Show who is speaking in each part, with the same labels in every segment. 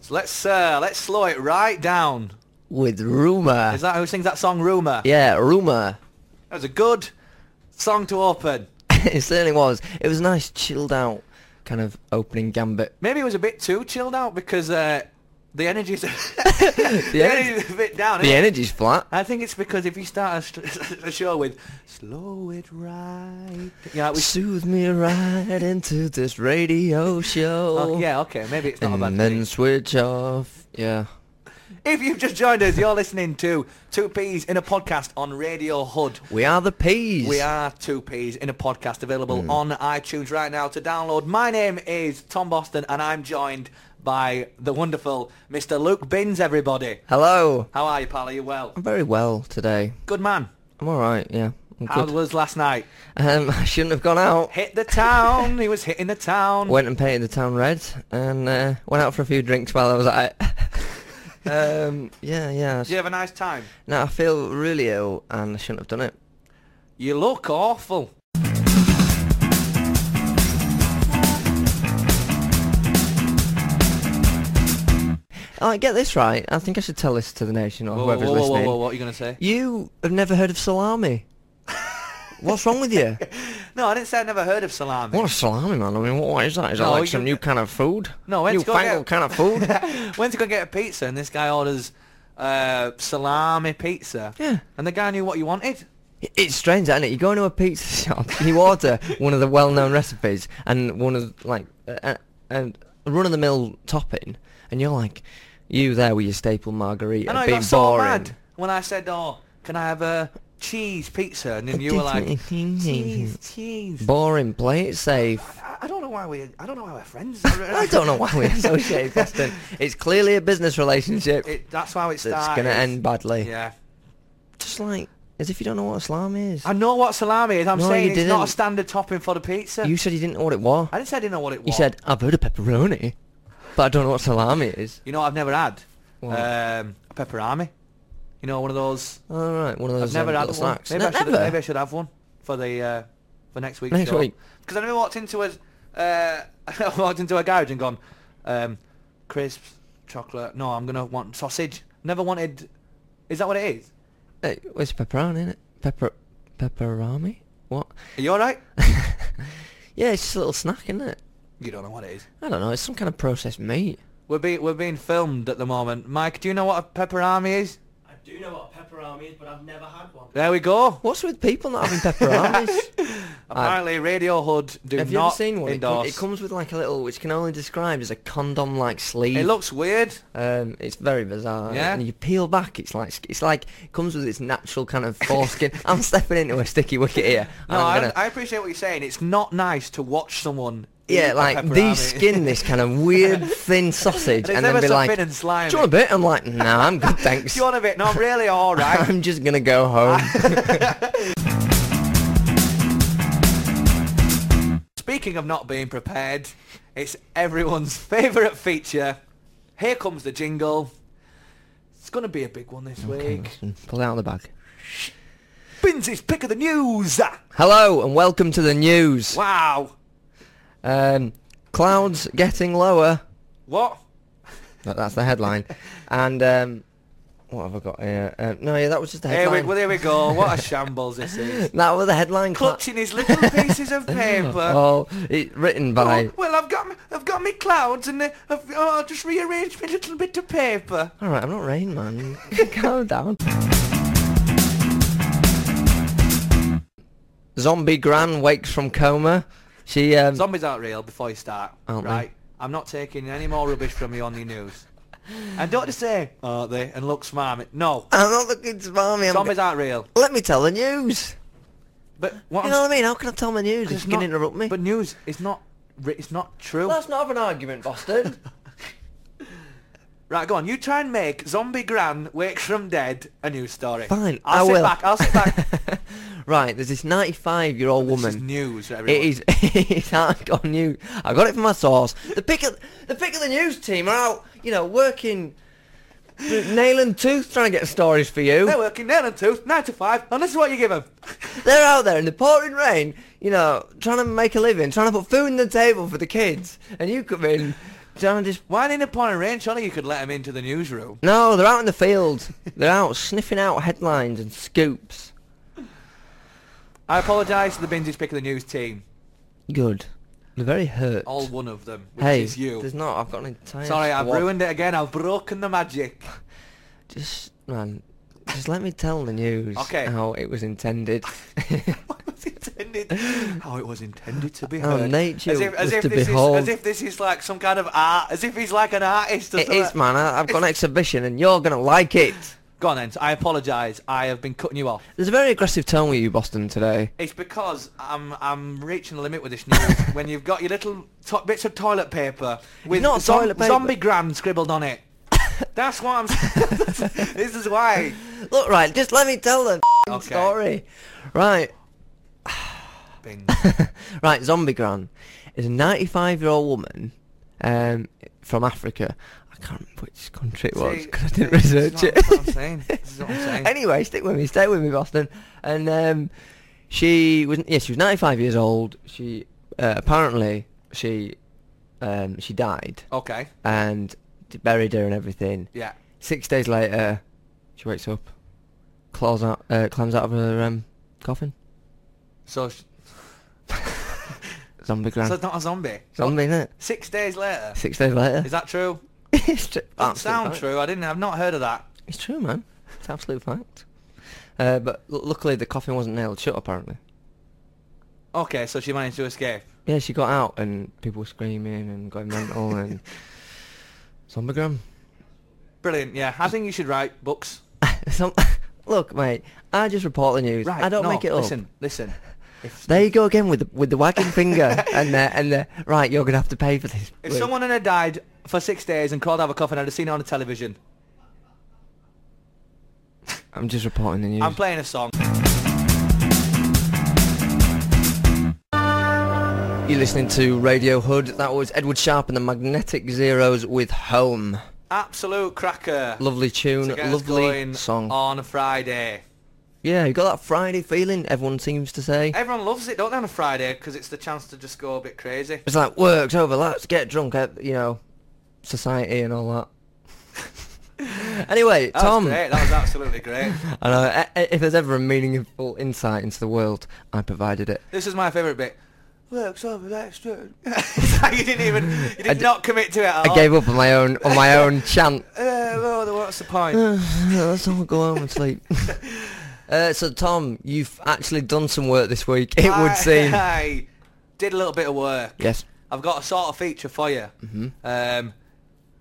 Speaker 1: So let's uh, let's slow it right down.
Speaker 2: with Rumor.
Speaker 1: Is that who sings that song, Rumor?
Speaker 2: yeah, Rumor.
Speaker 1: That was a good song to open.
Speaker 2: it certainly was. It was a nice chilled out kind of opening gambit.
Speaker 1: Maybe it was a bit too chilled out because uh, the energy's the
Speaker 2: energy-
Speaker 1: energy's a bit down.
Speaker 2: The e-
Speaker 1: isn't it?
Speaker 2: energy's flat.
Speaker 1: I think it's because if you start a, st- a show with "Slow it right," yeah, it was,
Speaker 2: Soothe me right into this radio show.
Speaker 1: oh, yeah, okay, maybe it's not a bad
Speaker 2: And
Speaker 1: thing.
Speaker 2: then switch off. Yeah.
Speaker 1: If you've just joined us, you're listening to Two Peas in a Podcast on Radio Hood.
Speaker 2: We are the peas.
Speaker 1: We are Two Peas in a Podcast, available
Speaker 2: Mm.
Speaker 1: on iTunes right now to download. My name is Tom Boston, and I'm joined by the wonderful Mr. Luke Binns, everybody.
Speaker 2: Hello.
Speaker 1: How are you, pal? Are you well?
Speaker 2: I'm very well today.
Speaker 1: Good man.
Speaker 2: I'm all right. Yeah. I'm
Speaker 1: How
Speaker 2: good.
Speaker 1: was last night?
Speaker 2: Um, I shouldn't have gone out.
Speaker 1: Hit the town. he was hitting the town.
Speaker 2: Went and painted the town red, and uh, went out for a few drinks while I was at it. um, yeah, yeah.
Speaker 1: Did you have a nice time?
Speaker 2: Now I feel really ill, and I shouldn't have done it.
Speaker 1: You look awful.
Speaker 2: Oh, get this right. I think I should tell this to the nation or
Speaker 1: Whoa, whoa,
Speaker 2: whoever's
Speaker 1: whoa, whoa,
Speaker 2: listening.
Speaker 1: whoa, what are you going to say?
Speaker 2: You have never heard of salami. What's wrong with you?
Speaker 1: No, I didn't say I'd never heard of salami.
Speaker 2: What is salami, man? I mean, what, what is that? Is that
Speaker 1: No, you-
Speaker 2: like some new kind of food?
Speaker 1: No, let's
Speaker 2: new
Speaker 1: go get-
Speaker 2: fangled kind of food.
Speaker 1: Went to go get a pizza and this guy orders uh, salami pizza.
Speaker 2: Yeah.
Speaker 1: And the guy knew what you wanted.
Speaker 2: It's strange, isn't it? You go into a pizza shop, you order one of the well-known recipes and one of like a, a, a run-of-the-mill topping, and you're like, you there with your staple margarita,
Speaker 1: And I
Speaker 2: being
Speaker 1: got so
Speaker 2: boring.
Speaker 1: mad when I said, oh, can I have a cheese pizza? And then you were like, cheese, cheese.
Speaker 2: boring. Play it safe.
Speaker 1: I I don't know why we. I don't know why we're friends. I
Speaker 2: I don't know why we associate Boston. It's clearly a business relationship
Speaker 1: It, that's how it started.
Speaker 2: that's going to end badly.
Speaker 1: Yeah.
Speaker 2: Just like as if you don't know what a slam is.
Speaker 1: I know what salami is. I'm
Speaker 2: No,
Speaker 1: saying
Speaker 2: you
Speaker 1: it's not a
Speaker 2: didn't.
Speaker 1: standard topping for the pizza.
Speaker 2: you said you didn't know what it was.
Speaker 1: I didn't say I didn't know what it was.
Speaker 2: You said I've heard of pepperoni, but I don't know what salami is.
Speaker 1: You know, what I've never had
Speaker 2: What?
Speaker 1: um, a pepperami. You know, one of those.
Speaker 2: All right, one of
Speaker 1: I've
Speaker 2: those
Speaker 1: never
Speaker 2: um,
Speaker 1: had
Speaker 2: little
Speaker 1: one.
Speaker 2: snacks.
Speaker 1: Maybe,
Speaker 2: No,
Speaker 1: I should,
Speaker 2: never.
Speaker 1: maybe I should have one for the uh, for next week's
Speaker 2: Next
Speaker 1: show.
Speaker 2: week.
Speaker 1: Because I never walked into a uh, I walked into a garage and gone um, crisps, chocolate. No, I'm gonna want sausage. Never wanted. Is that what it is?
Speaker 2: Hey, it's pepperoni, is it? Pepper, pepperami? What?
Speaker 1: Are you all right?
Speaker 2: Yeah, it's just a little snack, isn't it?
Speaker 1: you don't know what it is.
Speaker 2: I don't know. It's some kind of processed meat.
Speaker 1: We're being we're being filmed at the moment. Mike, do you know what a pepperami is?
Speaker 3: I do know what a pepperami is, but I've never had one.
Speaker 1: There we go.
Speaker 2: What's with people not having pepperonis?
Speaker 1: Apparently, Radio Hood do
Speaker 2: Have you ever
Speaker 1: not
Speaker 2: seen one? It, com-
Speaker 1: endorse.
Speaker 2: it comes with like a little, which can only describe as a condom-like sleeve.
Speaker 1: it looks weird.
Speaker 2: Um, it's very bizarre.
Speaker 1: Yeah?
Speaker 2: And you peel back, it's like it's like comes with its natural kind of foreskin. I'm stepping into a sticky wicket here. and
Speaker 1: No,
Speaker 2: I'm
Speaker 1: I,
Speaker 2: gonna-
Speaker 1: I appreciate what you're saying. It's not nice to watch someone. eat a
Speaker 2: yeah, like
Speaker 1: pepperami.
Speaker 2: these skin this kind of weird thin sausage,
Speaker 1: It's
Speaker 2: and then
Speaker 1: ever
Speaker 2: be
Speaker 1: so
Speaker 2: like,
Speaker 1: thin and slimy.
Speaker 2: "Do you want a bit?" I'm like, "No, nah, I'm good, thanks.
Speaker 1: Do you want a bit? No, I'm really all right.
Speaker 2: I'm just gonna go home."
Speaker 1: Speaking of not being prepared, it's everyone's favourite feature. Here comes the jingle. It's going to be a big one this week.
Speaker 2: Pull it out of the bag.
Speaker 1: Binz's pick of the news.
Speaker 2: Hello and welcome to the news.
Speaker 1: Wow.
Speaker 2: Um, clouds getting lower.
Speaker 1: What?
Speaker 2: That- That's the headline. and um, what have I got here? Uh, no, yeah, that was just the
Speaker 1: Here
Speaker 2: headline.
Speaker 1: we, well, here we go. What a shambles this is.
Speaker 2: That was the headline. cla-
Speaker 1: Clutching his little pieces of paper.
Speaker 2: Oh, it's written by.
Speaker 1: Oh, well, I've got, m- I've got me clouds and uh, I've, oh, I'll just rearrange my little bit of paper.
Speaker 2: All right, I'm not Rain Man. Calm down. Zombie Gran wakes from coma. She um,
Speaker 1: Zombies aren't real before you start.
Speaker 2: Aren't they?
Speaker 1: right. I'm not taking any more rubbish from you on the news. And don't just say, aren't they? And look smarmy. No.
Speaker 2: I'm not looking smarmy. I'm
Speaker 1: Zombies aren't real.
Speaker 2: Let me tell the news.
Speaker 1: But what
Speaker 2: You
Speaker 1: I'm
Speaker 2: know
Speaker 1: s-
Speaker 2: what I mean? How can I tell my news if
Speaker 1: it's
Speaker 2: you can
Speaker 1: not-
Speaker 2: interrupt me?
Speaker 1: But news is not re- it's not true.
Speaker 2: not an argument, Boston.
Speaker 1: Right, go on. You try and make Zombie Gran wakes from dead a news story.
Speaker 2: Fine,
Speaker 1: I'll
Speaker 2: I
Speaker 1: sit
Speaker 2: will.
Speaker 1: back. I'll sit back.
Speaker 2: right, there's this 95-year-old
Speaker 1: This is
Speaker 2: woman.
Speaker 1: news. Everyone.
Speaker 2: It is. It's out on news. I got it from my source. The pick of the pick of the news team are out. You know, working nail and tooth trying to get stories for you.
Speaker 1: They're working nail and tooth, nine to five, and this is what you give them.
Speaker 2: They're out there in the pouring rain. You know, trying to make a living, trying to put food on the table for the kids, and you come in. Don't I just
Speaker 1: Why didn't upon a rain? Surely you could let him into the newsroom.
Speaker 2: No, they're out in the field. They're out sniffing out headlines and scoops.
Speaker 1: I apologise to the binge pick of the news team.
Speaker 2: Good. They're very hurt.
Speaker 1: All one of them, which
Speaker 2: hey,
Speaker 1: is you.
Speaker 2: There's not. I've got an entire.
Speaker 1: Sorry, I've
Speaker 2: squad.
Speaker 1: ruined it again. I've broken the magic.
Speaker 2: Just man, just let me tell the news
Speaker 1: Okay.
Speaker 2: how it was intended.
Speaker 1: What was intended? How it was intended to be
Speaker 2: How
Speaker 1: heard.
Speaker 2: Oh, nature
Speaker 1: as if, as
Speaker 2: was
Speaker 1: if
Speaker 2: to
Speaker 1: this
Speaker 2: behold.
Speaker 1: Is, as if this is like some kind of art. As if he's like an artist. Or
Speaker 2: it
Speaker 1: something.
Speaker 2: is, man. I, I've got an exhibition, and you're gonna like it.
Speaker 1: Go on then. I apologise. I have been cutting you off.
Speaker 2: There's a very aggressive tone with you, Boston, today.
Speaker 1: It's because I'm I'm reaching the limit with this news. when you've got your little to- bits of toilet paper with
Speaker 2: not
Speaker 1: zom-
Speaker 2: toilet paper.
Speaker 1: zombie grand scribbled on it. That's why I'm. s- this is why.
Speaker 2: Look, right, just let me tell the
Speaker 1: Okay.
Speaker 2: story. Right,
Speaker 1: Bing.
Speaker 2: right, Zombie Gran is a 95 year old woman um, from Africa. I can't remember which country it was
Speaker 1: See,
Speaker 2: because I didn't
Speaker 1: this is
Speaker 2: research
Speaker 1: what-
Speaker 2: it.
Speaker 1: that's what I'm saying. This is what I'm saying.
Speaker 2: anyway, stick with me, stay with me, Boston. And um, she was yeah, she was 95 years old. She uh, apparently she um, she died
Speaker 1: Okay.
Speaker 2: and d- buried her and everything.
Speaker 1: Yeah.
Speaker 2: Six days later, she wakes up, claws out, uh, climbs out of her um, coffin.
Speaker 1: So sh-
Speaker 2: Zombie Gran.
Speaker 1: so it's not a zombie.
Speaker 2: Zombie, innit?
Speaker 1: Six days later.
Speaker 2: Six days later.
Speaker 1: Is that true?
Speaker 2: it's true.
Speaker 1: Doesn't sound true. I didn't. I've not heard of that.
Speaker 2: It's true, man. It's absolute fact. Uh, but l- luckily, the coffin wasn't nailed shut. Apparently,
Speaker 1: Okay. So she managed to escape.
Speaker 2: yeah, she got out, and people were screaming and going mental and zombigram.
Speaker 1: Brilliant. Yeah. I think you should write books.
Speaker 2: Some, look, mate, I just report the news.
Speaker 1: Right.
Speaker 2: I don't
Speaker 1: no,
Speaker 2: make it up.
Speaker 1: Listen. Listen. If,
Speaker 2: There you go again with the, with the wagging finger and the, and the, right. You're gonna have to pay for this.
Speaker 1: If
Speaker 2: Luke.
Speaker 1: someone had died for six days and crawled out of a coffin, I'd have seen it on the television.
Speaker 2: I'm just reporting the news.
Speaker 1: I'm playing a song.
Speaker 2: You're listening to Radio Hood. That was Edward Sharp and the Magnetic Zeros with Home.
Speaker 1: Absolute cracker.
Speaker 2: Lovely tune,
Speaker 1: To get us
Speaker 2: lovely
Speaker 1: going
Speaker 2: song.
Speaker 1: On a Friday.
Speaker 2: Yeah, you got that Friday feeling. Everyone seems to say
Speaker 1: Everyone loves it, don't they, on a Friday? Because it's the chance to just go a bit crazy.
Speaker 2: it's like work's over. Let's get drunk. At, you know, society and all that. anyway,
Speaker 1: That
Speaker 2: Tom.
Speaker 1: was great. That was absolutely great.
Speaker 2: I know. i- i- If there's ever a meaningful insight into the world, I provided it.
Speaker 1: This is my favourite bit. Works over that's true. It's like you didn't even, you did
Speaker 2: d-
Speaker 1: not commit to it at all.
Speaker 2: I gave up on my own on my own chant.
Speaker 1: Uh, well, then what's the point?
Speaker 2: Let's all go home and sleep. Uh, so Tom, you've actually done some work this week. It
Speaker 1: I-
Speaker 2: would seem.
Speaker 1: I did a little bit of work.
Speaker 2: Yes.
Speaker 1: I've got a sort of feature for you. Mm-hmm. Um,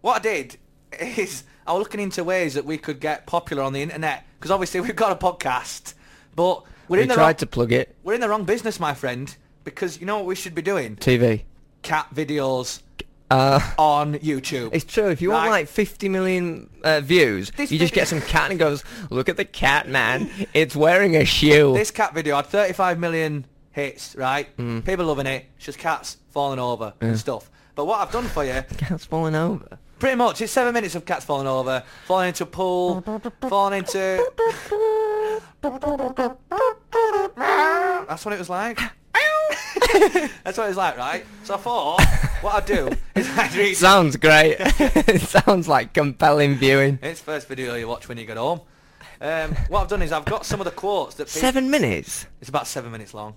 Speaker 1: what I did is I was looking into ways that we could get popular on the internet because obviously we've got a podcast, but we're
Speaker 2: We
Speaker 1: in the
Speaker 2: tried
Speaker 1: wrong,
Speaker 2: to plug it.
Speaker 1: we're in the wrong business, my friend. Because you know what we should be doing?
Speaker 2: TV.
Speaker 1: Cat videos
Speaker 2: Uh,
Speaker 1: on YouTube.
Speaker 2: it's true. If you want
Speaker 1: Oh, Right.
Speaker 2: like 50 million uh, views,
Speaker 1: This
Speaker 2: you just
Speaker 1: video-
Speaker 2: get some cat and goes, "Look at the cat, man. It's wearing a shoe."
Speaker 1: This cat video had 35 million hits, right?
Speaker 2: Mm.
Speaker 1: People loving it. It's just cats falling over and stuff. But what I've done for you
Speaker 2: Cat's falling over.
Speaker 1: Pretty much, it's seven minutes of cats falling over, falling into a pool, falling into. That's what it was like. That's what it was like, right? So I thought, what I'd do is I'd read
Speaker 2: Sounds great. it sounds like compelling viewing.
Speaker 1: It's the first video you watch when you get home. Um, what I've done is I've got some of the quotes that people...
Speaker 2: Seven minutes.
Speaker 1: It's about seven minutes long.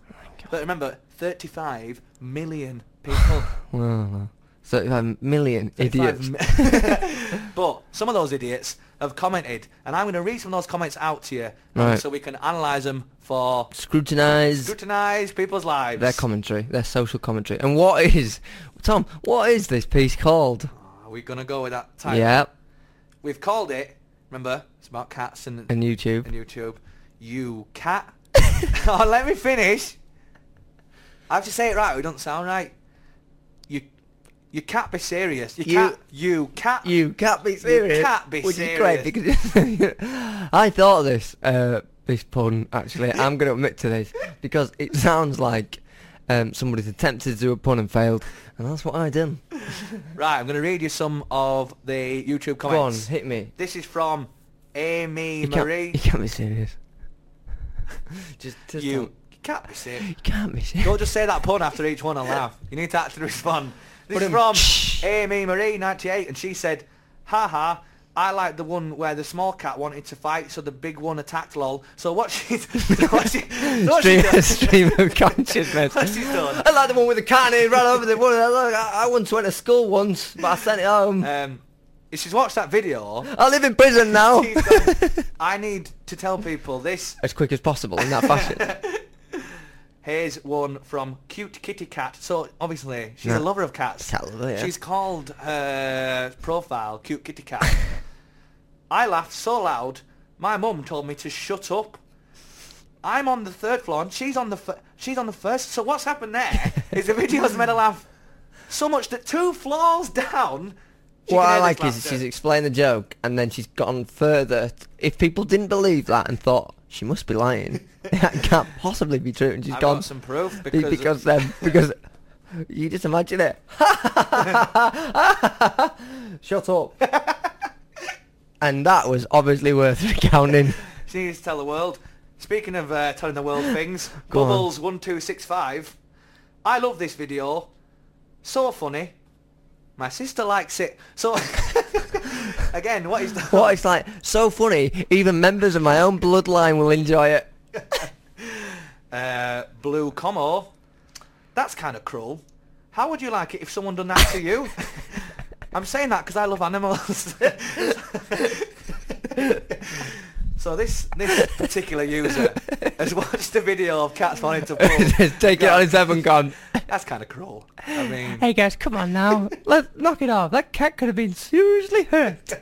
Speaker 1: But remember, 35 million people.
Speaker 2: Wow. 35 million idiots.
Speaker 1: Five mi- but some of those idiots have commented, and I'm going to read some of those comments out to you, um,
Speaker 2: Right.
Speaker 1: so we can analyse them for
Speaker 2: Scrutinise
Speaker 1: scrutinise people's lives.
Speaker 2: their commentary, their social commentary. And what is, Tom, what is this piece called?
Speaker 1: Are we going to go with that title?
Speaker 2: Yeah,
Speaker 1: We've called it. Remember, it's about cats and,
Speaker 2: and YouTube.
Speaker 1: and YouTube. You cat. oh, let me finish. I have to say it right. or It doesn't sound right. You, you can't be serious. You,
Speaker 2: You-
Speaker 1: can't. You can't.
Speaker 2: You can't be serious.
Speaker 1: can't be
Speaker 2: which
Speaker 1: serious.
Speaker 2: Is great because I thought of this uh, this pun actually. I'm going to admit to this because it sounds like um, somebody's attempted to do a pun and failed, and that's what I done.
Speaker 1: Right. I'm going to read you some of the YouTube
Speaker 2: Go on,
Speaker 1: comments.
Speaker 2: hit me.
Speaker 1: This is from Amy
Speaker 2: You can't,
Speaker 1: Marie.
Speaker 2: you can't be serious. just, just
Speaker 1: You
Speaker 2: don't-
Speaker 1: can't be serious.
Speaker 2: You can't be serious.
Speaker 1: Don't just say that pun after each one and laugh. You need to actually respond. This is from Amy Marie, 98, and she said, haha, I like the one where the small cat wanted to fight, so the big one attacked lol. So what she's... so what she, so what she
Speaker 2: stream,
Speaker 1: done-
Speaker 2: stream of consciousness.
Speaker 1: What she's done.
Speaker 2: I like the one with the cat and he ran over the one. Look, I, I once went to school once, but I sent it home.
Speaker 1: Um, is she's watched that video.
Speaker 2: I live in prison now.
Speaker 1: She's gone, I need to tell people this.
Speaker 2: as quick as possible in that fashion.
Speaker 1: Here's one from Cute Kitty Cat. So obviously she's
Speaker 2: Yeah.
Speaker 1: a lover of cats.
Speaker 2: Cat lover, yeah.
Speaker 1: She's called her profile Cute Kitty Cat. I laughed so loud, my mum told me to shut up. I'm on the third floor and she's on the fir- she's on the first. So what's happened there is the video's made her laugh so much that two floors down. she
Speaker 2: what
Speaker 1: can
Speaker 2: I
Speaker 1: hear
Speaker 2: like
Speaker 1: this
Speaker 2: is
Speaker 1: laughter.
Speaker 2: she's explained the joke and then she's gone further. If people didn't believe that and thought she must be lying, that can't possibly be true, and she's
Speaker 1: I've
Speaker 2: gone
Speaker 1: got some proof
Speaker 2: be-
Speaker 1: because
Speaker 2: because then because you just imagine it. Shut up. and that was obviously worth recounting.
Speaker 1: She needs to tell the world. Speaking of uh, telling the world things,
Speaker 2: Go on.
Speaker 1: Bubbles1265. I love this video. So funny. My sister likes it. So, again, what is the...
Speaker 2: What it's like so funny. Even members of my own bloodline will enjoy it.
Speaker 1: Uh, Blue Como. That's kind of cruel. How would you like it if someone done that to you? I'm saying that because I love animals. so this this particular user has watched a video of cats wanting to pull.
Speaker 2: Just Take it on his heaven gone.
Speaker 1: That's kind of cruel. I mean,
Speaker 2: Hey guys, come on now. Let knock it off. That cat could have been seriously hurt.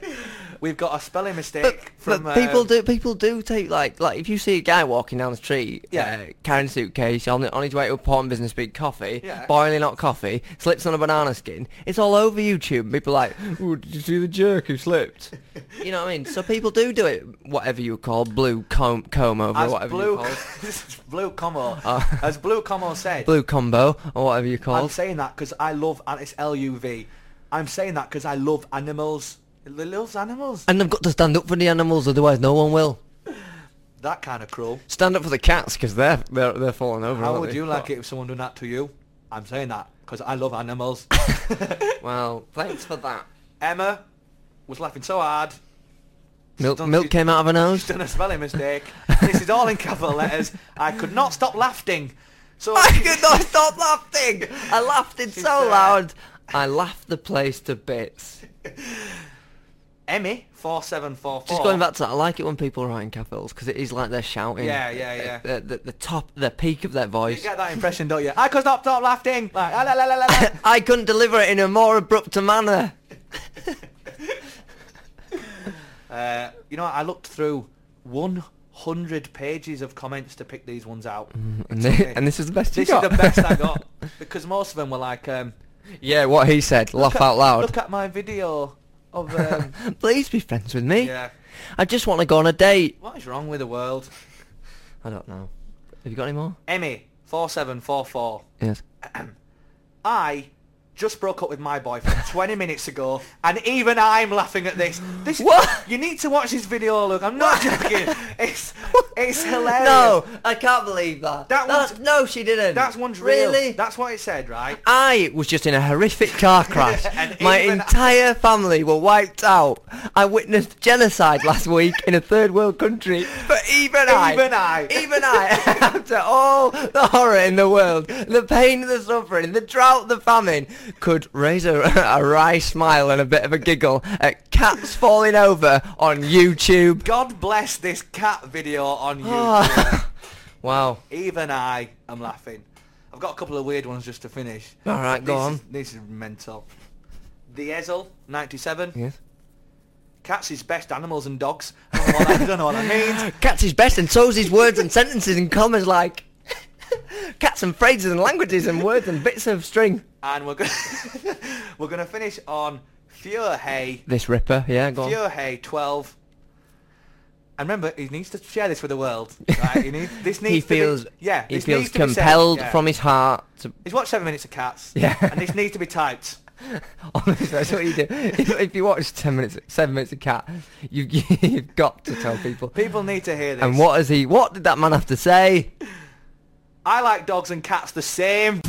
Speaker 1: we've got a spelling mistake
Speaker 2: But,
Speaker 1: from
Speaker 2: but people
Speaker 1: uh,
Speaker 2: do people do take like like if you see a guy walking down the street,
Speaker 1: Yeah.
Speaker 2: uh, carrying a suitcase on on his way to a porn business, big coffee,
Speaker 1: Yeah.
Speaker 2: boiling hot coffee, slips on a banana skin. It's all over YouTube. People are like, Ooh, did you see the jerk who slipped? you know what I mean? So people do do it. Whatever you call blue comb comb over,
Speaker 1: as
Speaker 2: whatever you
Speaker 1: blue
Speaker 2: call it.
Speaker 1: blue como
Speaker 2: Oh.
Speaker 1: as blue como said.
Speaker 2: blue combo or whatever you call
Speaker 1: I'm
Speaker 2: it.
Speaker 1: saying that because I love and it's L U V. I'm saying that because I love animals. He loves animals.
Speaker 2: And they've got to stand up for the animals, otherwise no one will.
Speaker 1: That kind of cruel.
Speaker 2: Stand up for the cats because they're, they're they're falling over.
Speaker 1: How
Speaker 2: aren't
Speaker 1: would
Speaker 2: they?
Speaker 1: you like it if someone done that to you? I'm saying that because I love animals.
Speaker 2: Well, thanks for that.
Speaker 1: Emma was laughing so hard.
Speaker 2: Milk
Speaker 1: Don't you-
Speaker 2: milk came out of her
Speaker 1: She's
Speaker 2: nose.
Speaker 1: done a spelling mistake. this is all in capital letters. I could not stop laughing. So
Speaker 2: not stop laughing. I laughed it
Speaker 1: She's there.
Speaker 2: I laughed the place to bits.
Speaker 1: Emmy four seven four four.
Speaker 2: Just going back to that, I like it when people write in capitals because it is like they're shouting.
Speaker 1: Yeah, yeah, yeah.
Speaker 2: The, the, the top, the peak of their
Speaker 1: You
Speaker 2: voice.
Speaker 1: get that impression, don't you? I could stop, stop laughing. Like, la, la, la, la, la.
Speaker 2: I couldn't deliver it in a more abrupt manner.
Speaker 1: uh, you know, I looked through 100 pages of comments to pick these ones out.
Speaker 2: And,
Speaker 1: It took
Speaker 2: thi-
Speaker 1: me-
Speaker 2: and this is the best Mm. you
Speaker 1: this
Speaker 2: got.
Speaker 1: is the best I got because most of them were like, um,
Speaker 2: yeah, what he said. Laugh
Speaker 1: "Look at-
Speaker 2: out loud.
Speaker 1: Look at my video of. Um,
Speaker 2: Please be friends with me.
Speaker 1: yeah.
Speaker 2: I just want to go on a date.
Speaker 1: What is wrong with the world?
Speaker 2: I don't know. Have you got any more?
Speaker 1: Emmy four seven four four.
Speaker 2: Yes.
Speaker 1: I just broke up with my boyfriend 20 minutes ago, and even I'm laughing at this. This
Speaker 2: What?
Speaker 1: You need to watch this video. Look, I'm not joking. It's it's hilarious.
Speaker 2: No, I can't believe that.
Speaker 1: That
Speaker 2: That's-
Speaker 1: one's-
Speaker 2: no, she didn't.
Speaker 1: That's one's real.
Speaker 2: really.
Speaker 1: That's what it said, right?
Speaker 2: I was just in a horrific car crash.
Speaker 1: And
Speaker 2: My
Speaker 1: even-
Speaker 2: entire family were wiped out. I witnessed genocide last week in a third world country. But even I,
Speaker 1: Even I.
Speaker 2: even I, after all the horror in the world, the pain, the suffering, the drought, the famine, could raise a, a wry smile and a bit of a giggle at cats falling over on YouTube.
Speaker 1: God bless this cat video on YouTube.
Speaker 2: Ah. wow.
Speaker 1: Even I am laughing. I've got a couple of weird ones just to finish.
Speaker 2: All right, go
Speaker 1: This
Speaker 2: on.
Speaker 1: Is, this is mental. The Ezel, 97.
Speaker 2: Yes.
Speaker 1: Cats is best animals and dogs. I don't know what that, I don't know what that means.
Speaker 2: Cats is best and so's his words and sentences and commas like cats and phrases and languages and words and bits of string.
Speaker 1: And we're going we're going to finish on Furehay. Hay.
Speaker 2: This ripper, yeah, go on.
Speaker 1: Furehay 12. And remember, he needs to share this with the world. Right? He needs, this needs
Speaker 2: he
Speaker 1: to be-
Speaker 2: feels
Speaker 1: yeah,
Speaker 2: he
Speaker 1: this
Speaker 2: feels
Speaker 1: needs to be said,
Speaker 2: compelled
Speaker 1: yeah.
Speaker 2: from his heart to.
Speaker 1: He's watched seven minutes of Cats.
Speaker 2: Yeah.
Speaker 1: And this needs to be typed.
Speaker 2: Honestly, that's what you do. If, if you watch ten minutes, seven minutes of cat, you, you've got to tell people.
Speaker 1: People need to hear this.
Speaker 2: And what is he? What did that man have to say?
Speaker 1: I like dogs and cats the same.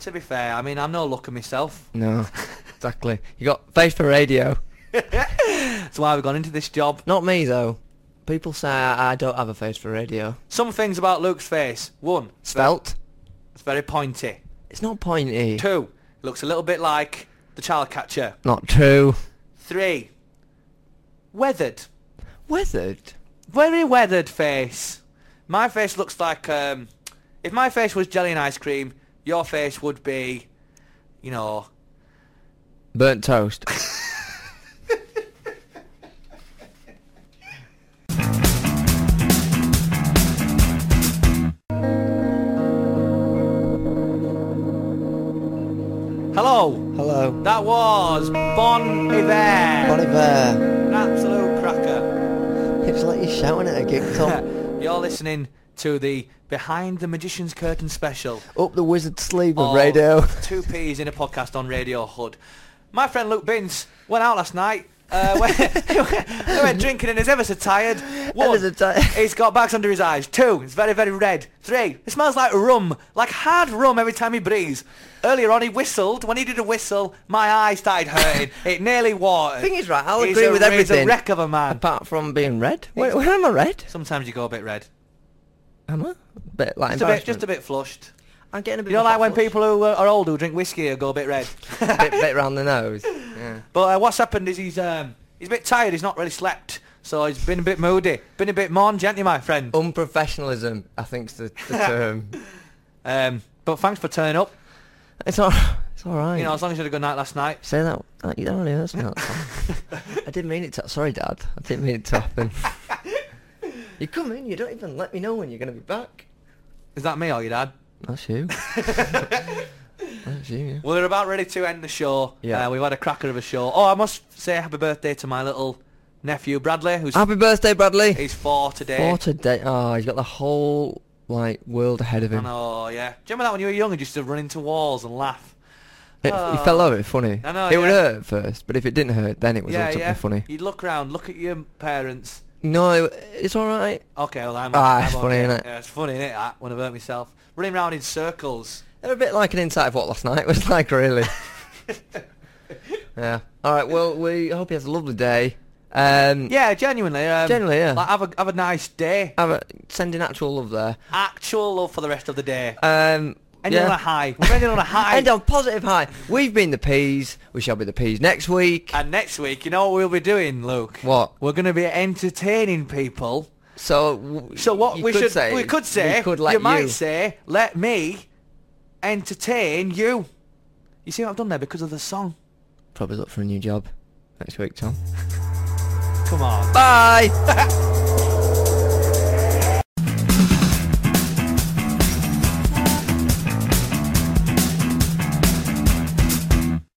Speaker 1: To be fair, I mean, I'm no looking myself.
Speaker 2: No, exactly. You got face for radio.
Speaker 1: That's why we've gone into this job.
Speaker 2: Not me though. People say I, I don't have a face for radio.
Speaker 1: Some things about Luke's face. One,
Speaker 2: Svelte.
Speaker 1: it's very pointy.
Speaker 2: It's not pointy.
Speaker 1: Two, looks a little bit like the child catcher.
Speaker 2: Not true.
Speaker 1: Three, weathered.
Speaker 2: Weathered.
Speaker 1: Very weathered face. My face looks like, um, if my face was jelly and ice cream, your face would be, you know,
Speaker 2: Burnt toast.
Speaker 1: hello.
Speaker 2: Hello.
Speaker 1: That was Bon Iver.
Speaker 2: Bon Iver.
Speaker 1: An absolute cracker.
Speaker 2: It's like you're shouting at a gig, Tom.
Speaker 1: You're listening to the Behind the Magician's Curtain special.
Speaker 2: Up the wizard's sleeve of
Speaker 1: of
Speaker 2: radio.
Speaker 1: Two P's in a podcast on Radio Hood. My friend Luke Binns went out last night. Uh, went, he went drinking and is ever so tired. One,
Speaker 2: Ever so tired.
Speaker 1: he's got bags under his eyes. Two, it's very, very red. Three, it smells like rum, like hard rum every time he breathes. Earlier on, he whistled. When he did a whistle, my eye started hurting. it nearly watered.
Speaker 2: Thing is, right, I'll
Speaker 1: He's
Speaker 2: agree
Speaker 1: a-
Speaker 2: with
Speaker 1: He's a
Speaker 2: everything.
Speaker 1: wreck of a man.
Speaker 2: Apart from being red. Wait, where am I red?
Speaker 1: Sometimes you go a bit red.
Speaker 2: Am I? Bit like
Speaker 1: Just a bit, just a bit flushed.
Speaker 2: I'm getting a bit.
Speaker 1: You know, like when people who uh, are old who drink whiskey who go a bit red.
Speaker 2: bit, bit round the nose. Yeah.
Speaker 1: But uh, what's happened is he's um, he's a bit tired. He's not really slept, so he's been a bit moody, been a bit mourn gently, my friend.
Speaker 2: Unprofessionalism, I think's the, the term.
Speaker 1: Um, but thanks for turning up.
Speaker 2: it's all. It's all right.
Speaker 1: You know, as long as you had a good night last night.
Speaker 2: Say that. that you don't really hurts me. That Tom. I didn't mean it to. Sorry, Dad. I didn't mean it to happen. you come in. You don't even let me know when you're going to be back.
Speaker 1: Is that me or your dad?
Speaker 2: That's you. That's you. Yeah.
Speaker 1: Well, we're about ready to end the show.
Speaker 2: Yeah.
Speaker 1: Uh, we've had a cracker of a show. Oh, I must say happy birthday to my little nephew Bradley, who's
Speaker 2: Happy birthday, Bradley.
Speaker 1: he's four today.
Speaker 2: Four today. Oh, he's got the whole like world ahead of
Speaker 1: I
Speaker 2: him.
Speaker 1: know, yeah. Do you remember that when you were young and you used to run into walls and laugh?
Speaker 2: It,
Speaker 1: Oh.
Speaker 2: He fell over. It's funny.
Speaker 1: I know,
Speaker 2: it would
Speaker 1: yeah.
Speaker 2: hurt at first, but if it didn't hurt, then it was
Speaker 1: yeah,
Speaker 2: ultimately
Speaker 1: yeah.
Speaker 2: funny.
Speaker 1: You'd look round, look at your parents,
Speaker 2: No, it- it's all right.
Speaker 1: Okay, well, I'm.
Speaker 2: Ah,
Speaker 1: I'm
Speaker 2: it's funny,
Speaker 1: okay.
Speaker 2: innit?
Speaker 1: Yeah, it's funny, innit? That when I've hurt myself, running round in circles.
Speaker 2: They're a bit like an insight of what last night was like, really. yeah. All right. Well, we hope he has a lovely day. Um,
Speaker 1: Yeah, genuinely. Um,
Speaker 2: Generally, yeah.
Speaker 1: Like, have a have a nice day.
Speaker 2: Have a, sending actual love there.
Speaker 1: Actual love for the rest of the day.
Speaker 2: Um,
Speaker 1: Ending
Speaker 2: yeah.
Speaker 1: on a high. We're ending on a high.
Speaker 2: End on positive high. We've been the peas. We shall be the peas next week.
Speaker 1: and next week, you know what we'll be doing, Luke?
Speaker 2: What?
Speaker 1: We're going to be entertaining people.
Speaker 2: So. w-
Speaker 1: So what
Speaker 2: you
Speaker 1: we
Speaker 2: could
Speaker 1: should
Speaker 2: say,
Speaker 1: we could say
Speaker 2: we could let you,
Speaker 1: might say let me entertain you. You see what I've done there because of the song.
Speaker 2: probably look for a new job next week, Tom.
Speaker 1: Come on.
Speaker 2: Bye.